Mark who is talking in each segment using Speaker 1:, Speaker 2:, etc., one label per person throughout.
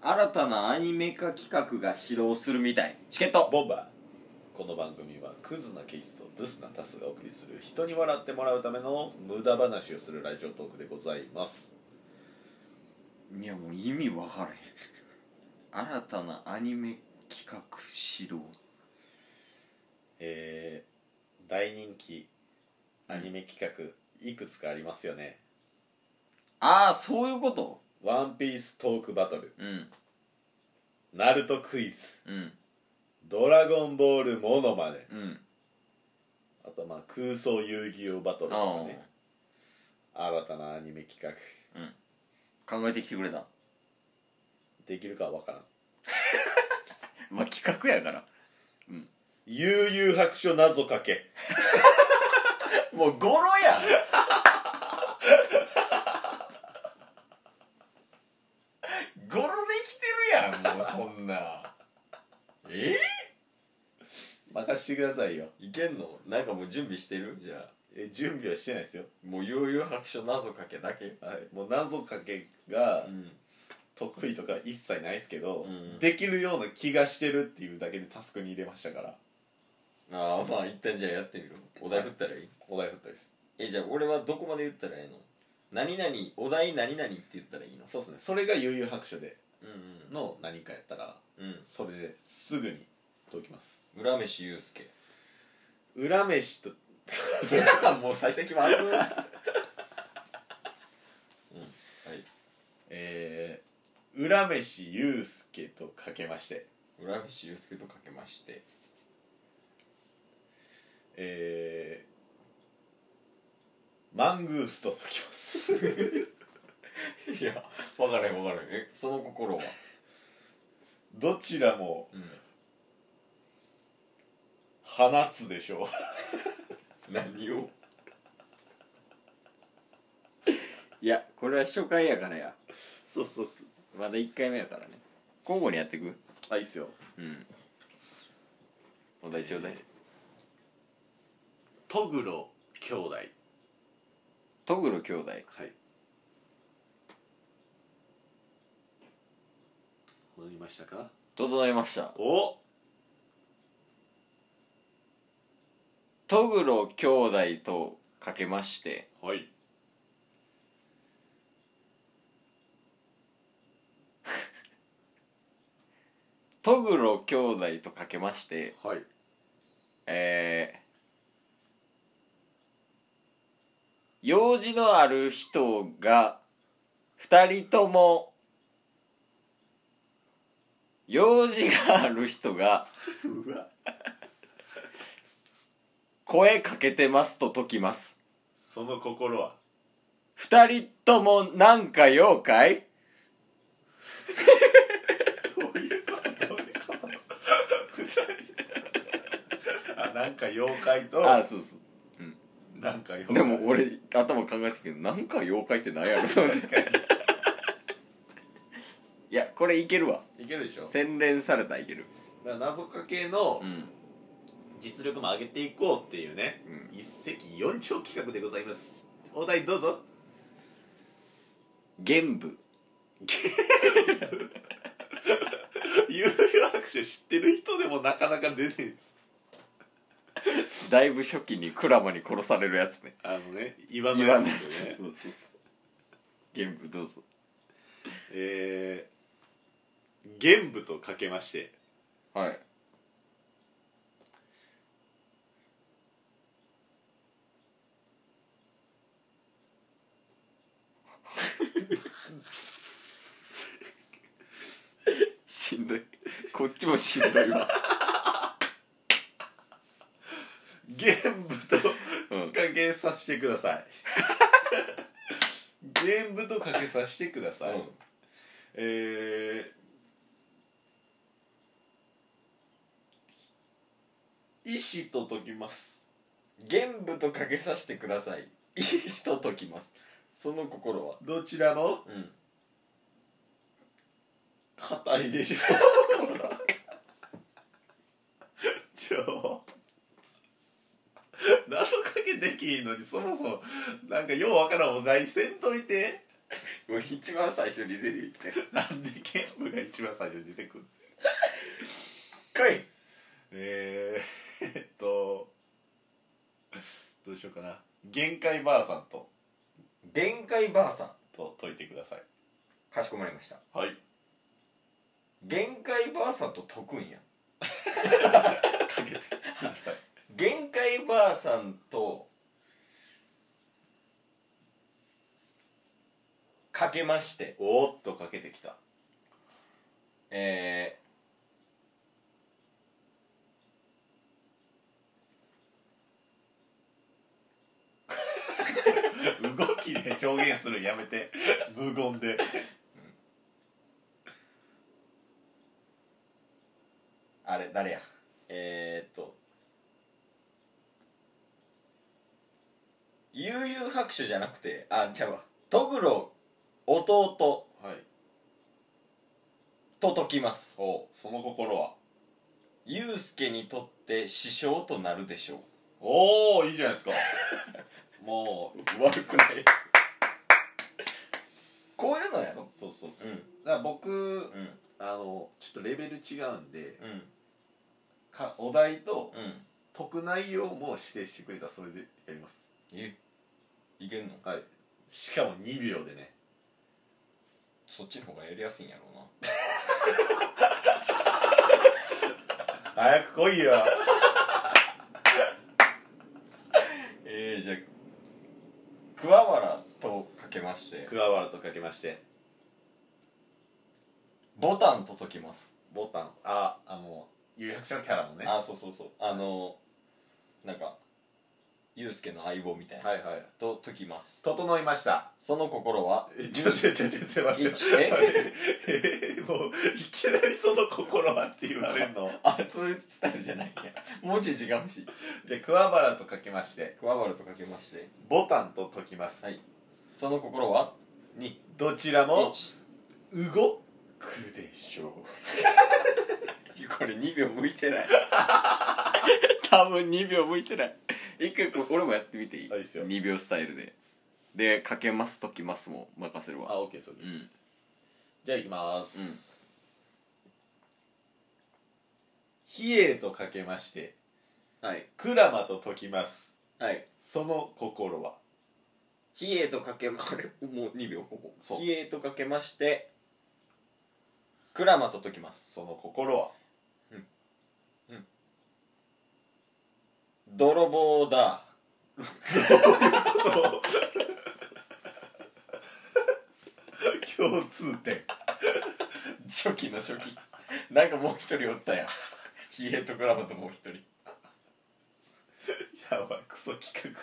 Speaker 1: 新たなアニメ化企画が始動するみたいチケット
Speaker 2: ボンバーこの番組はクズなケイスとブスなタスがお送りする人に笑ってもらうための無駄話をするラジオトークでございます
Speaker 1: いやもう意味わからへん新たなアニメ企画始動
Speaker 2: えー、大人気アニメ企画いくつかありますよね
Speaker 1: ああそういうこと
Speaker 2: 「ワンピーストークバトル
Speaker 1: うん」
Speaker 2: 「ナルトクイズ」
Speaker 1: うん
Speaker 2: 「ドラゴンボールモノマネ
Speaker 1: うん」
Speaker 2: あとまあ空想遊戯王バトル
Speaker 1: あ
Speaker 2: とかね新たなアニメ企画
Speaker 1: あ考えてきてくれた
Speaker 2: できるかは分からん
Speaker 1: まあ企画やから
Speaker 2: 悠々白書謎かけ
Speaker 1: もうゴロやんゴロできてるやんもうそんなえ
Speaker 2: 任してくださいよ
Speaker 1: いけんのなんかもう準備してるじゃあ
Speaker 2: え準備はしてないですよ
Speaker 1: もう悠々白書謎かけだけ
Speaker 2: はい、もう謎かけが
Speaker 1: うん
Speaker 2: 得意とか一切ないですけど、
Speaker 1: うん
Speaker 2: できるような気がしてるっていうだけでタスクに入れましたから
Speaker 1: ああまあ一旦じゃあやってみるお題振ったらいい
Speaker 2: お題振ったです
Speaker 1: えじゃあ俺はどこまで言ったらいいの何々お題何々って言ったらいいの
Speaker 2: そうですねそれが悠々白書で
Speaker 1: うん
Speaker 2: の何かやったら
Speaker 1: うん
Speaker 2: それですぐに解きます
Speaker 1: うん浦飯祐介
Speaker 2: 裏飯と
Speaker 1: もう最先もあるうんはい
Speaker 2: えー、裏飯ゆうすけとかけまして
Speaker 1: 浦飯祐介とかけまして
Speaker 2: えー、マングースと解きます
Speaker 1: いや分からへん分からへんえその心は
Speaker 2: どちらも
Speaker 1: うん
Speaker 2: 放つでしょう
Speaker 1: 何をいやこれは初回やからや
Speaker 2: そうそうそう
Speaker 1: まだ1回目やからね交互にやっていく
Speaker 2: あいいっすよ
Speaker 1: うんお題ちょうだい、
Speaker 2: トグロ兄弟
Speaker 1: トグロ兄弟
Speaker 2: はい整いましたか
Speaker 1: 整えました
Speaker 2: お
Speaker 1: トグロ兄弟とかけまして
Speaker 2: はい
Speaker 1: トグロ兄弟とかけまして
Speaker 2: はい
Speaker 1: えー用事のある人が二人とも用事がある人が
Speaker 2: うわ
Speaker 1: 声かけてますと解きます
Speaker 2: その心は
Speaker 1: 二人ともなんか用かい
Speaker 2: どういうことどういうことあなんか妖怪と
Speaker 1: あそうそう
Speaker 2: なんか妖怪
Speaker 1: でも俺頭考えてたけどなんか妖怪って何やろいやこれいけるわ
Speaker 2: いけるでしょ
Speaker 1: 洗練されたらいける
Speaker 2: だから謎かけの
Speaker 1: うん
Speaker 2: 実力も上げていこうっていうね、
Speaker 1: う
Speaker 2: 一石四鳥企画でございますお題どうぞ
Speaker 1: 玄武
Speaker 2: 有料拍手知ってる人でもなかなか出ないです
Speaker 1: だいぶ初期にクラマに殺されるやつね
Speaker 2: あのね岩の
Speaker 1: 言わ
Speaker 2: や
Speaker 1: ない
Speaker 2: つですよね
Speaker 1: 玄武どうぞ
Speaker 2: えー、玄武とかけまして
Speaker 1: はいしんどいこっちもしんどいわ
Speaker 2: 玄武と
Speaker 1: うん
Speaker 2: かけさせてください 玄武とかけさせてください、
Speaker 1: うん
Speaker 2: えー、意志と解きます
Speaker 1: 玄武とかけさせてくださいいい人ときますその心は
Speaker 2: どちらも
Speaker 1: うん
Speaker 2: 硬いでしょちょ謎かけできんのにそもそもなんかようわからんお題せんといて
Speaker 1: 俺一番最初に出てきて
Speaker 2: なんで剣舞が一番最初に出てくるかいえー、えっとどうしようかな限界ばあさんと
Speaker 1: 限界ばあさん
Speaker 2: と解いてください
Speaker 1: かしこまりました
Speaker 2: はい
Speaker 1: 限界ばあさんと解くんや
Speaker 2: かけてください
Speaker 1: 限界ばあさんとかけまして
Speaker 2: おーっとかけてきた
Speaker 1: え
Speaker 2: 動きで表現するやめて無言
Speaker 1: ー、
Speaker 2: で
Speaker 1: あれ誰やえー、っと悠々白書じゃなくてあちゃうわトグロ弟
Speaker 2: はい
Speaker 1: と解きます
Speaker 2: おうその心は
Speaker 1: ユウスケにとって師匠となるでしょ
Speaker 2: おおいいじゃないですかもう
Speaker 1: う悪くないですこういうのやろ
Speaker 2: そうそうそう、
Speaker 1: うん
Speaker 2: だから僕、
Speaker 1: うん
Speaker 2: あのちょっとレベル違うんで
Speaker 1: うん
Speaker 2: かお題と
Speaker 1: うん
Speaker 2: 解く内容も指定してくれたらそれでやります
Speaker 1: えいけんの
Speaker 2: はいしかも2秒でね
Speaker 1: そっちの方がやりやすいんやろうな
Speaker 2: 早く来いよ
Speaker 1: ええじゃあ桑原とかけまして
Speaker 2: 桑原とかけまして
Speaker 1: ボタンと解きます、
Speaker 2: ボタンああの有役者のキャラのね
Speaker 1: あそうそうそうあのなんかユウスケの相棒みたいな、
Speaker 2: はいはい
Speaker 1: と解きます
Speaker 2: 整いました
Speaker 1: その心は
Speaker 2: えちょちょちょちょちょ待って
Speaker 1: 一え
Speaker 2: 待ってえーもういきなりその心はって言われるの
Speaker 1: あそういうスタイルじゃないやもうちょい違うし
Speaker 2: じゃあ桑原とかけまして
Speaker 1: 桑原とかけまして
Speaker 2: ボタンと解きます、
Speaker 1: はいその心は
Speaker 2: にどちらも
Speaker 1: 1
Speaker 2: 動くでしょ
Speaker 1: これ2秒向いてない 多分2秒向いてない一回これ俺もやってみていい
Speaker 2: あいいっすよ
Speaker 1: 2秒スタイルででかけますときますも任せる
Speaker 2: う
Speaker 1: わ
Speaker 2: OK そう
Speaker 1: です
Speaker 2: じゃあいきます、
Speaker 1: うん
Speaker 2: 比叡とかけまして
Speaker 1: はい
Speaker 2: 鞍馬と解きます
Speaker 1: はい
Speaker 2: その心は
Speaker 1: 比叡とかけまあれもう2秒ここ
Speaker 2: そう
Speaker 1: 比叡とかけまして鞍馬と解きます
Speaker 2: その心は
Speaker 1: 泥棒だ
Speaker 2: 共通点
Speaker 1: 初期の初期なんかもう一人おったやん比叡と鞍馬ともう一人
Speaker 2: やばいクソ企画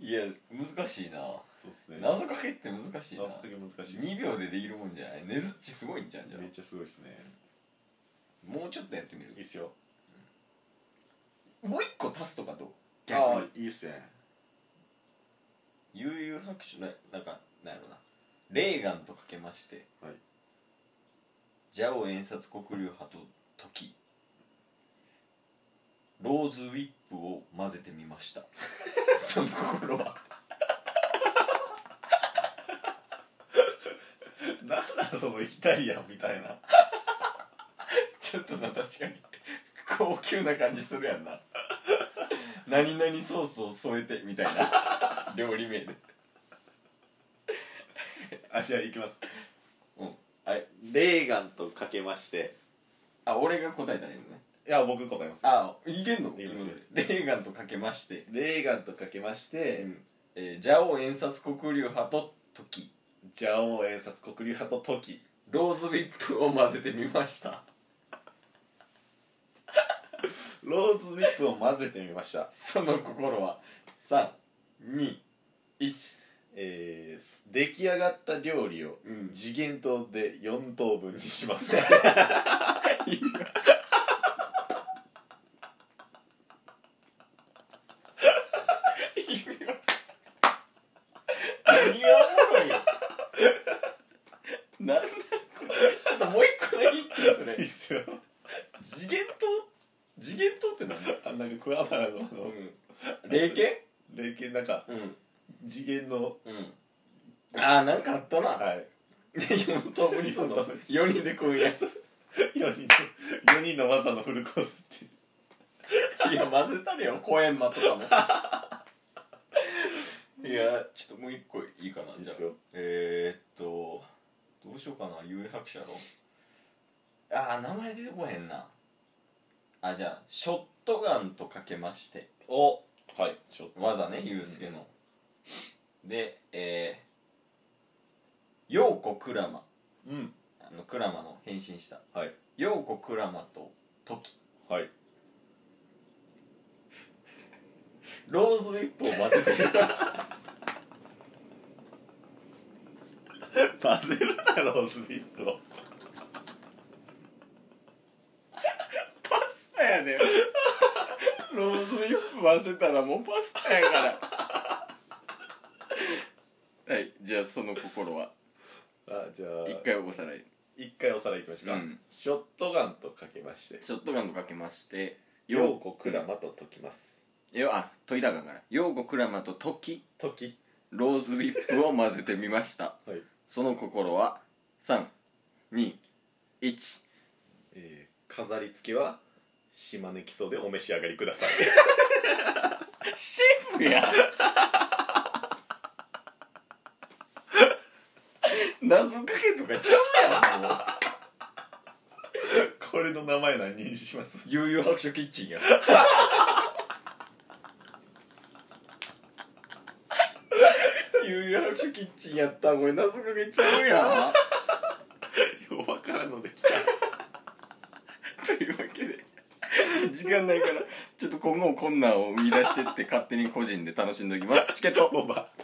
Speaker 1: いや難しいな
Speaker 2: そうっすね
Speaker 1: 謎かけって難しいな
Speaker 2: 謎解き難しいっす
Speaker 1: 2秒でできるもんじゃないねずっちすごいんじゃんじゃあ
Speaker 2: めっちゃすごいですね
Speaker 1: もうちょっとやってみる
Speaker 2: いいっすよ
Speaker 1: もう一個足すとかどう逆
Speaker 2: あ
Speaker 1: に
Speaker 2: あいいっすね
Speaker 1: 悠々白書ななんかなんやろなレーガンとかけまして
Speaker 2: はい
Speaker 1: ジャオ演札黒竜派と時ローズウィップを混ぜてみま したその心は
Speaker 2: なんだそのイタリアンみたいな
Speaker 1: ちょっとな確かに高級な感じするやんな何々ソースを添えてみたいな料理名で
Speaker 2: あじゃあいきます
Speaker 1: うんあれ
Speaker 2: レーガンとかけまして
Speaker 1: あ俺が答えたらいいのね
Speaker 2: いや僕答えます
Speaker 1: あいけんの
Speaker 2: いけますいけます
Speaker 1: レーガンとかけまして、
Speaker 2: レーガンとかけまして、
Speaker 1: えー、ジャオ演札黒竜派と時
Speaker 2: ジャオ演札黒竜派とトキ
Speaker 1: ローズウィップを混ぜてみました
Speaker 2: ローズウィップを混ぜてみました
Speaker 1: その心は321
Speaker 2: えーす、出来上がった料理を
Speaker 1: うん
Speaker 2: 次元刀で4等分にします
Speaker 1: 何がおもろいよなんだこれちょっともう一個だけ言ってよそ
Speaker 2: いい
Speaker 1: れ
Speaker 2: っすよ
Speaker 1: 次元刀次元刀って何だ
Speaker 2: あなんか桑原のあ
Speaker 1: う
Speaker 2: の
Speaker 1: ん霊剣
Speaker 2: 霊いう系なんか
Speaker 1: うん
Speaker 2: 次元の
Speaker 1: うんああなんかあったな、
Speaker 2: はい
Speaker 1: 4等分にすんの4人で食うんやつ
Speaker 2: 4人の4人の技のフルコースって
Speaker 1: いや混ぜたれよ小閻魔とか もいやちょっともう一個いいかない
Speaker 2: い
Speaker 1: じ
Speaker 2: で
Speaker 1: ゃあ
Speaker 2: すよ
Speaker 1: えー、っとどうしようかな有白者やろあー名前出てこへんなあじゃあショットガンとかけまして
Speaker 2: おはいちょっ
Speaker 1: 技ねユうスケの、でえー、陽子クラマ
Speaker 2: うん
Speaker 1: あのクラマの変身した
Speaker 2: はい
Speaker 1: 陽子クラマとトキ
Speaker 2: はい
Speaker 1: ローズウィップを混ぜてみました
Speaker 2: 混ぜるなローズビップを
Speaker 1: パスタやねローズリップ混ぜたらもうパスタやからはいじゃあその心は
Speaker 2: あじゃあ
Speaker 1: 一回おさらい
Speaker 2: 一回おさらいいきましょうか、
Speaker 1: うん
Speaker 2: ショットガンとかけまして
Speaker 1: ショットガンとかけまして
Speaker 2: 陽子クラマと解きます
Speaker 1: よあ問いたかんからようこクラマとトキ
Speaker 2: 解き
Speaker 1: ローズリップを混ぜてみました
Speaker 2: はい
Speaker 1: その心は321
Speaker 2: えー、飾り付けは島根基礎でお召し上がりください
Speaker 1: シェフ や謎かけとかちゃうやんもう
Speaker 2: これの名前何にします
Speaker 1: 悠々白書キッチンや悠々白書キッチンやったらこれ謎かけちゃうや
Speaker 2: ようわからんのできた
Speaker 1: んというわけで時間ないからちょっと今後もこんなんを生み出してって勝手に個人で楽しんでおきますチケット
Speaker 2: ボンバー